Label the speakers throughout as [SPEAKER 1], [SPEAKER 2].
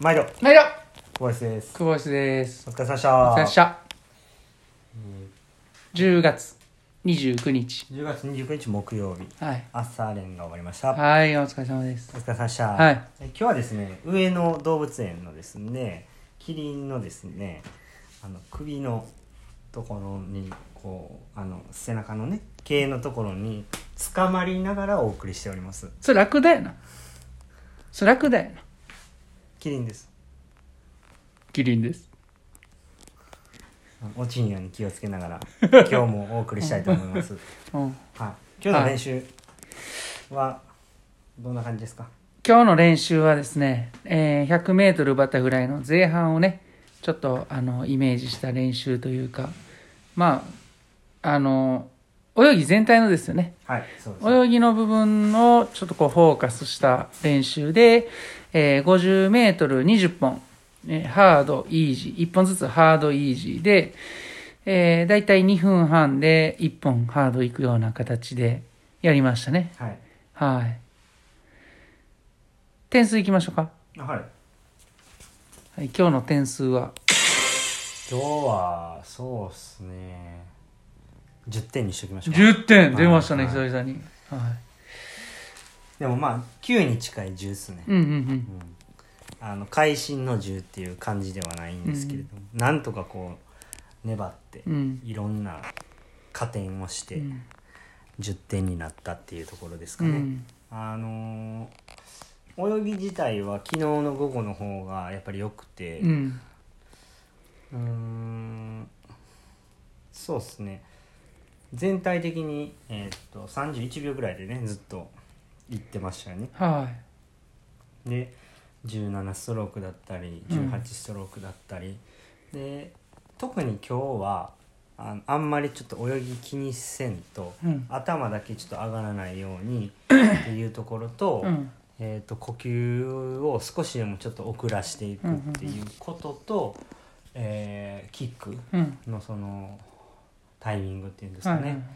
[SPEAKER 1] 毎度
[SPEAKER 2] 毎度
[SPEAKER 1] 小林です
[SPEAKER 2] 久保石です。
[SPEAKER 1] お疲れ様でし
[SPEAKER 2] お疲れ様
[SPEAKER 1] た
[SPEAKER 2] でした。10月29日。
[SPEAKER 1] 10月29日木曜日
[SPEAKER 2] はい。
[SPEAKER 1] 朝練が終わりました
[SPEAKER 2] はい、お疲れ様です
[SPEAKER 1] お。疲れ様でした、
[SPEAKER 2] はい
[SPEAKER 1] え今日はですね上野動物園のですねキリンのですねあの首のところにこうあの背中のね毛のところに捕まりながらお送りしております
[SPEAKER 2] それ楽だよな。それ楽だよな。
[SPEAKER 1] キリンです
[SPEAKER 2] キリンです。
[SPEAKER 1] 落ちんように気をつけながら今日もお送りしたいと思い ます、
[SPEAKER 2] うん。
[SPEAKER 1] はい、今日の練習はどんな感じですか
[SPEAKER 2] 今日の練習はですね、えー100メートルバタフライの前半をね、ちょっとあのイメージした練習というか、まあ、あの、泳ぎ全体のですよね。
[SPEAKER 1] はいそうです
[SPEAKER 2] 泳ぎの部分をちょっとこうフォーカスした練習で、えー、50メートル20本、えーハード、イージー、1本ずつハード、イージーで、えー、だいたい2分半で1本ハードいくような形でやりましたね。
[SPEAKER 1] はい
[SPEAKER 2] はい。点数いきましょうか。
[SPEAKER 1] あはい
[SPEAKER 2] はい、今日の点数は
[SPEAKER 1] 今日はそうっすね10点にしときましょう
[SPEAKER 2] 10点出ましたね、
[SPEAKER 1] はい
[SPEAKER 2] 久々に。はい。
[SPEAKER 1] でもまあ9に近い10っすね、
[SPEAKER 2] うんうんうん。
[SPEAKER 1] うんあの会心の10っていう感じではないんですけれども、なんとかこう粘って
[SPEAKER 2] うん
[SPEAKER 1] いろんな加点をして
[SPEAKER 2] ん
[SPEAKER 1] 10点になったっていうところです
[SPEAKER 2] う
[SPEAKER 1] かね、
[SPEAKER 2] ん。
[SPEAKER 1] あのー泳ぎ自体は昨日の午後の方がやっぱり良くて、
[SPEAKER 2] うん。
[SPEAKER 1] うーんそうですね全体的に、えーっと31秒ぐらいでねずっと行ってましたよね
[SPEAKER 2] は
[SPEAKER 1] で17ストロークだったり
[SPEAKER 2] うん
[SPEAKER 1] 18ストロークだったり、で特に今日はあのあんまりちょっと泳ぎ気にせんと、
[SPEAKER 2] い。うん。
[SPEAKER 1] 頭だけちょっと上がらないようにっていうところと,、
[SPEAKER 2] うん。
[SPEAKER 1] えーっと呼吸を少しでもちょっと遅らしていくっていうことと、えーキック
[SPEAKER 2] うん。
[SPEAKER 1] のそのタイミングっていうんです
[SPEAKER 2] は
[SPEAKER 1] か
[SPEAKER 2] いはい
[SPEAKER 1] ね、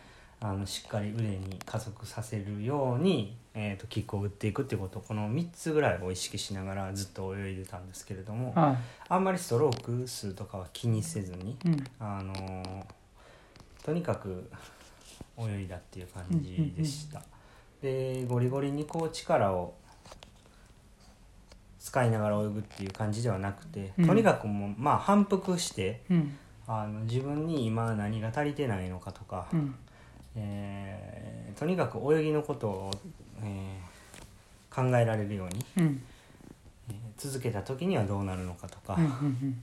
[SPEAKER 1] あのしっかり腕に加速させるように、えー、とキックを打っていくっていうことこの3つぐらいを意識しながらずっと泳いでたんですけれども
[SPEAKER 2] は
[SPEAKER 1] あんまりストローク数とかは気にせずに、
[SPEAKER 2] い。うん。
[SPEAKER 1] あのーとにかく泳いだっていう感じでした。でゴリゴリにこう力を使いながら泳ぐっていう感じではなくて、
[SPEAKER 2] うん
[SPEAKER 1] とにかくもうまあ反復して
[SPEAKER 2] うん。
[SPEAKER 1] あの自分に今何が足りてないのかとか、
[SPEAKER 2] うん。
[SPEAKER 1] えーとにかく泳ぎのことを、えー考えられるように、
[SPEAKER 2] うん。
[SPEAKER 1] えー続けた時にはどうなるのかとか、
[SPEAKER 2] うんうん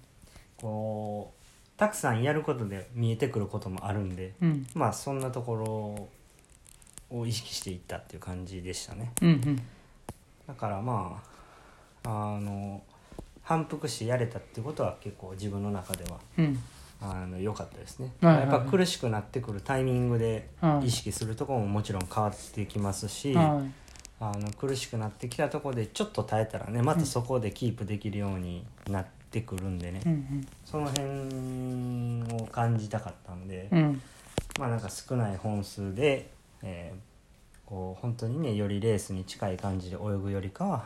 [SPEAKER 1] こうたくさんやることで見えてくることもあるんで
[SPEAKER 2] うん
[SPEAKER 1] まあそんなところを意識していったっていう感じでしたね。
[SPEAKER 2] うんうん
[SPEAKER 1] だからまああの反復してやれたってことは結構自分の中では
[SPEAKER 2] うん
[SPEAKER 1] あの良かったですね、
[SPEAKER 2] はいはいはい
[SPEAKER 1] やっぱ苦しくなってくるタイミングで
[SPEAKER 2] はい
[SPEAKER 1] 意識するところももちろん変わってきますし、
[SPEAKER 2] は
[SPEAKER 1] あの苦しくなってきたところでちょっと耐えたらねまたそこでキープできるようになってくるんでね、
[SPEAKER 2] いうん
[SPEAKER 1] その辺を感じたかったんで、
[SPEAKER 2] うんうん
[SPEAKER 1] まあなんか少ない本数で、えーこう本当にねよりレースに近い感じで泳ぐよりかは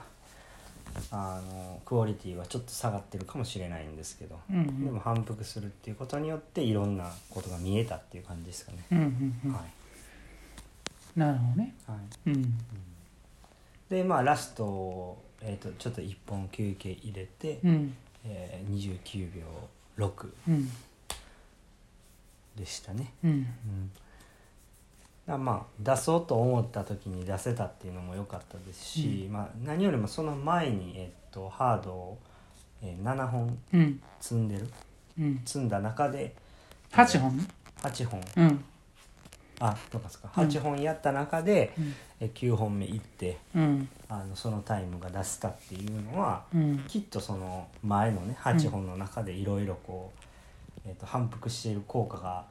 [SPEAKER 1] あのクオリティはちょっと下がってるかもしれないんですけど。
[SPEAKER 2] うんうん
[SPEAKER 1] でも反復するっていうことによっていろんなことが見えたっていう感じですかね。
[SPEAKER 2] うんうんうん
[SPEAKER 1] はい
[SPEAKER 2] なるほどね
[SPEAKER 1] はい、
[SPEAKER 2] うん
[SPEAKER 1] でまあラスト、えー、とちょっと1本休憩入れて、
[SPEAKER 2] うん
[SPEAKER 1] えー29秒6
[SPEAKER 2] うん
[SPEAKER 1] でしたね。
[SPEAKER 2] うん
[SPEAKER 1] うんだからまあ出そうと思った時に出せたっていうのも良かったですし、まあ、何よりもその前に、えー、とハードを、えー7本
[SPEAKER 2] うん
[SPEAKER 1] 積んでる
[SPEAKER 2] うん
[SPEAKER 1] 積んだ中で
[SPEAKER 2] 8本
[SPEAKER 1] 8本
[SPEAKER 2] うん
[SPEAKER 1] あどうかですか8本やった中で、
[SPEAKER 2] うん
[SPEAKER 1] えー9本目いって。
[SPEAKER 2] うん
[SPEAKER 1] あのそのタイムが出せたっていうのは
[SPEAKER 2] うん
[SPEAKER 1] きっとその前のね8本の中でいろいろこう、えー、と反復している効果が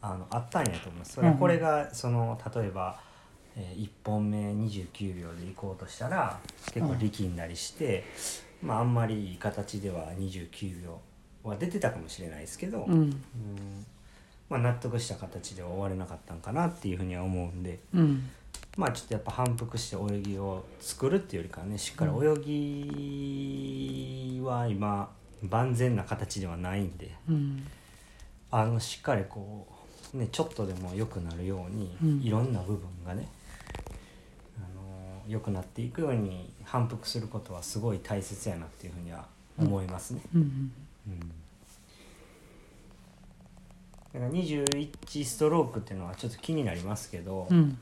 [SPEAKER 1] あのあったんやと思います。それは
[SPEAKER 2] うんうん
[SPEAKER 1] これがその例えば、え1本目29秒で行こうとしたら結構力んだりして、まあ、あんまりいい形では29秒は出てたかもしれないですけど、
[SPEAKER 2] うん
[SPEAKER 1] うんまあ、納得した形では終われなかったんかなっていうふうには思うんで、
[SPEAKER 2] うん
[SPEAKER 1] まあ、ちょっとやっぱ反復して泳ぎを作るっていうよりかはねしっかり泳ぎは今万全な形ではないんで
[SPEAKER 2] うん
[SPEAKER 1] あのしっかりこう、ね、ちょっとでも良くなるように、
[SPEAKER 2] うん
[SPEAKER 1] いろんな部分がねあの良くなっていくように反復することはすごい大切やなっていうふうには思いますね。
[SPEAKER 2] うん
[SPEAKER 1] だから21ストロークっていうのはちょっと気になりますけど、
[SPEAKER 2] うん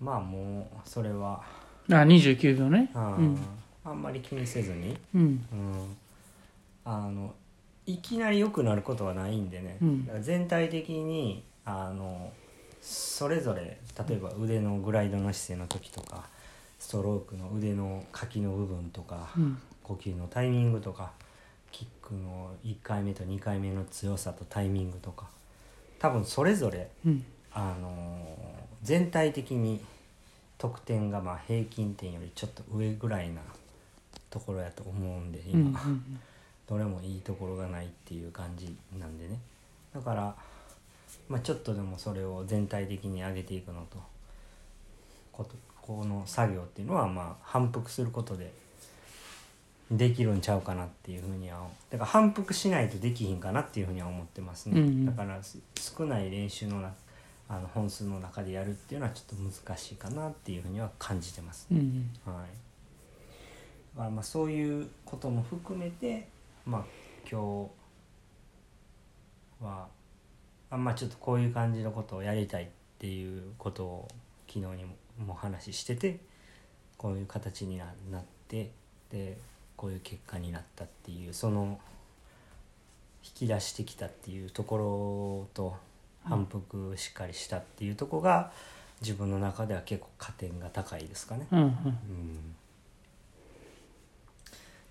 [SPEAKER 1] まあもうそれは、
[SPEAKER 2] あ29秒ね
[SPEAKER 1] あー
[SPEAKER 2] うん
[SPEAKER 1] あんまり気にせずに、
[SPEAKER 2] うん
[SPEAKER 1] うん、あのいきなり良くなることはないんでね、
[SPEAKER 2] うん
[SPEAKER 1] だから全体的にあのそれぞれ例えば腕のグライドの姿勢の時とかストロークの腕のかきの部分とか、
[SPEAKER 2] うん
[SPEAKER 1] 呼吸のタイミングとかキックの1回目と2回目の強さとタイミングとか多分それぞれ、
[SPEAKER 2] うん
[SPEAKER 1] あのー全体的に得点がまあ平均点よりちょっと上ぐらいなところやと思うんで
[SPEAKER 2] うんう
[SPEAKER 1] 今、
[SPEAKER 2] んうん
[SPEAKER 1] どれもいいところがないっていう感じなんでねだから、まあ、ちょっとでもそれを全体的に上げていくのとことこの作業っていうのはまあ反復することでできるんちゃうかなっていうふうにはだから反復しないとできひんかなっていうふうには思ってますね、
[SPEAKER 2] うんうん
[SPEAKER 1] だからす少ない練習のなあの本数の中でやるっていうのはちょっと難しいかなっていうふうには感じてます
[SPEAKER 2] うんうん
[SPEAKER 1] はい、だからまあそういうことも含めて、まあ、今日はあんまあちょっとこういう感じのことをやりたいっていうことを昨日にももお話ししててこういう形にななってでこういう結果になったっていうその引き出してきたっていうところと反復しっかりしたっていうところが、自分の中では結構加点が高いですかね。
[SPEAKER 2] うんうん
[SPEAKER 1] うん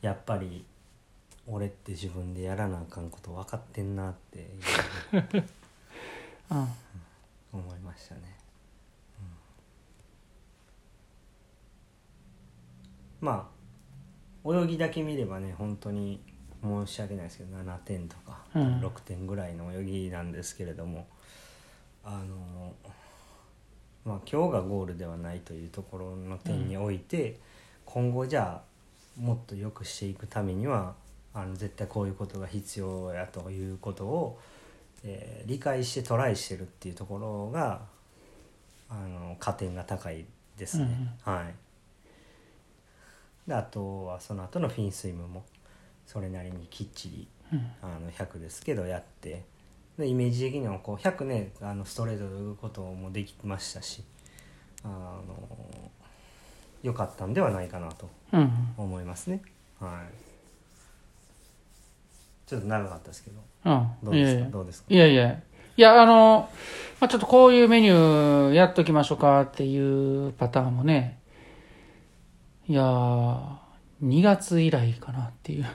[SPEAKER 1] やっぱり俺って自分でやらなあかんこと分かってんなっていう
[SPEAKER 2] あ
[SPEAKER 1] 思いましたね、うんまあ泳ぎだけ見ればね本当に申し訳ないですけど7点とか
[SPEAKER 2] うん
[SPEAKER 1] 6点ぐらいの泳ぎなんですけれども、あのまあ今日がゴールではないというところの点において、今後じゃあもっと良くしていくためにはあの絶対こういうことが必要やということを、えー理解してトライしてるっていうところがあの加点が高いですね。はいであとはその後のフィンスイムもそれなりにきっちり
[SPEAKER 2] うん
[SPEAKER 1] あの100ですけどやってでイメージ的にはこう100ねあのストレートで泳ぐこともできましたしあの良かったんではないかなと
[SPEAKER 2] うん
[SPEAKER 1] 思いますねはいちょっと長かったですけど
[SPEAKER 2] うん
[SPEAKER 1] どうですか、
[SPEAKER 2] いやいや
[SPEAKER 1] どうですか
[SPEAKER 2] いやいや。いや、あの、まあ、ちょっとこういうメニューやっときましょうかっていうパターンもね、いやー、2月以来かなっていう。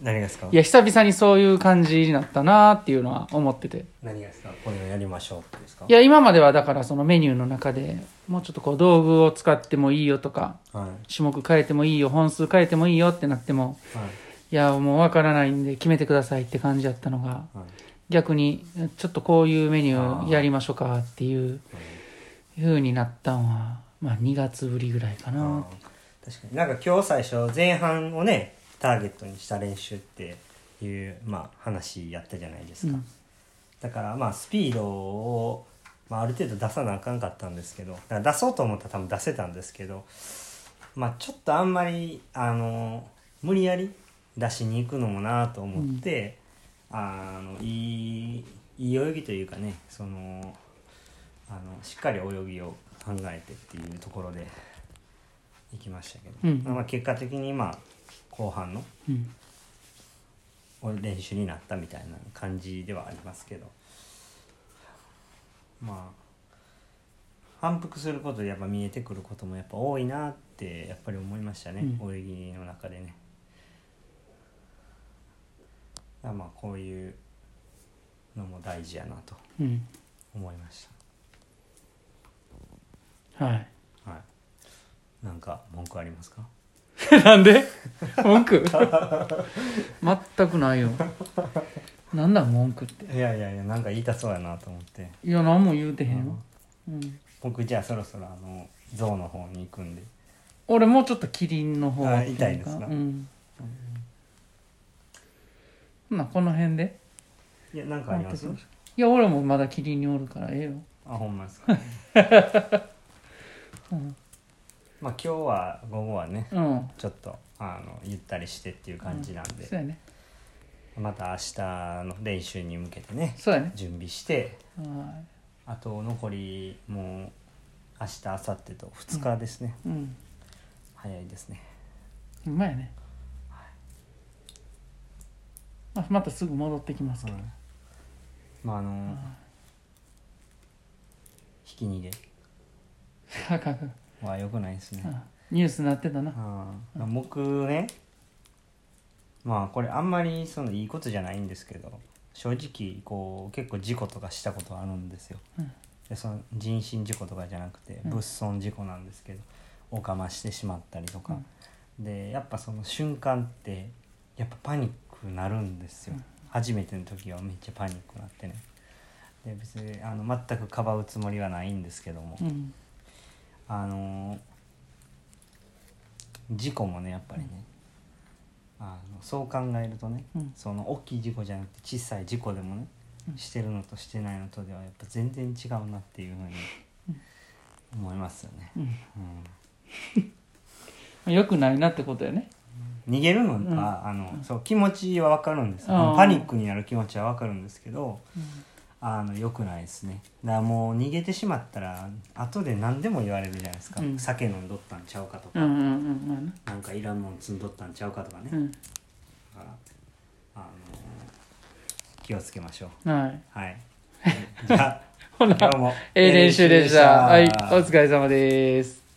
[SPEAKER 1] 何がですか
[SPEAKER 2] いや、久々にそういう感じになったなっていうのは思ってて。
[SPEAKER 1] 何がですかこれをやりましょうってですか
[SPEAKER 2] いや、今まではだからそのメニューの中で、もうちょっとこう道具を使ってもいいよとか、
[SPEAKER 1] はいは
[SPEAKER 2] 種目変えてもいいよ、本数変えてもいいよってなっても、いや、もうわからないんで決めてくださいって感じだったのが、
[SPEAKER 1] いはい
[SPEAKER 2] 逆にちょっとこういうメニューやりましょうかっていうふうになったんは、まあ、2月ぶりぐらいか
[SPEAKER 1] うん
[SPEAKER 2] な
[SPEAKER 1] 確かになんか今日最初前半をねターゲットにした練習っていうまあ話やったじゃないですか、
[SPEAKER 2] うん
[SPEAKER 1] だからまあスピードを、まあ、ある程度出さなあかんかったんですけどだから出そうと思ったら多分出せたんですけどまあちょっとあんまりあの無理やり出しに行くのもなあと思って、あのいいいい泳ぎというかねそのあのしっかり泳ぎを考えてっていうところで行きましたけど、
[SPEAKER 2] うん
[SPEAKER 1] まあ、結果的にまあ後半の
[SPEAKER 2] うん
[SPEAKER 1] 練習になったみたいな感じではありますけどまあ反復することでやっぱ見えてくることもやっぱ多いなってやっぱり思いましたね、
[SPEAKER 2] う
[SPEAKER 1] 泳ぎの中でね。だからまあこういうのも大事やなと
[SPEAKER 2] うん
[SPEAKER 1] 思いまし
[SPEAKER 2] はい
[SPEAKER 1] た。はい、なんか文句ありますか
[SPEAKER 2] なんで文句全くないよなんだ文句って
[SPEAKER 1] いやいやいやなんか言いたそうやなと思って
[SPEAKER 2] いや何も言うてへんよ、うん、
[SPEAKER 1] 僕じゃあそろそろあの象の方に行くんで
[SPEAKER 2] 俺もうちょっとキリンの方
[SPEAKER 1] あ痛いですか
[SPEAKER 2] うんほなこの辺で
[SPEAKER 1] いやなんかあります
[SPEAKER 2] いや俺もまだキリンにおるからええよ
[SPEAKER 1] あほんまですか、
[SPEAKER 2] ん
[SPEAKER 1] まあ今日は午後はね
[SPEAKER 2] うん
[SPEAKER 1] ちょっとあのゆったりしてっていう感じなんで、
[SPEAKER 2] そうやね
[SPEAKER 1] また明日の練習に向けてね
[SPEAKER 2] そうやね
[SPEAKER 1] 準備して
[SPEAKER 2] は
[SPEAKER 1] あと残りもう明日明後日と2日ですね、
[SPEAKER 2] いうん
[SPEAKER 1] 早いですね
[SPEAKER 2] うまいね、まあ、またすぐ戻ってきますけど、
[SPEAKER 1] うんまああの、ひき逃げ
[SPEAKER 2] あかんあかん
[SPEAKER 1] は良くないですね、
[SPEAKER 2] あニュースなってたな
[SPEAKER 1] うん僕ねまあこれあんまりそのいいことじゃないんですけど正直こう結構事故とかしたことあるんですよ、
[SPEAKER 2] うん
[SPEAKER 1] でその人身事故とかじゃなくて
[SPEAKER 2] うん
[SPEAKER 1] 物損事故なんですけど、おかましてしまったりとか、でやっぱその瞬間ってやっぱパニックなるんですよ、
[SPEAKER 2] うん
[SPEAKER 1] 初めての時はめっちゃパニックなってねで別にあの全くかばうつもりはないんですけども、
[SPEAKER 2] うん
[SPEAKER 1] あのー事故もねやっぱりね、あのそう考えるとね、
[SPEAKER 2] うん
[SPEAKER 1] その大きい事故じゃなくて小さい事故でもね、
[SPEAKER 2] うん
[SPEAKER 1] してるのとしてないのとではやっぱ全然違うなっていうふうに思いますよね。
[SPEAKER 2] うん
[SPEAKER 1] う
[SPEAKER 2] よくないなってことやね
[SPEAKER 1] ん逃げるのは、
[SPEAKER 2] うん
[SPEAKER 1] あのそう気持ちは分かるんですよ
[SPEAKER 2] あー
[SPEAKER 1] パニックになる気持ちは分かるんですけどあの良くないですねだからもう逃げてしまったら後で何でも言われるじゃないですか、
[SPEAKER 2] うん
[SPEAKER 1] 酒飲んどったんちゃうかとか
[SPEAKER 2] う、んうんうんまあな
[SPEAKER 1] なんかいらんもん積んどったんちゃうかとかね、
[SPEAKER 2] う
[SPEAKER 1] だ
[SPEAKER 2] ん
[SPEAKER 1] からあのー気をつけましょう
[SPEAKER 2] はい
[SPEAKER 1] はいじゃあ
[SPEAKER 2] ほな
[SPEAKER 1] 今日も
[SPEAKER 2] ええ練習でしたはいお疲れ様です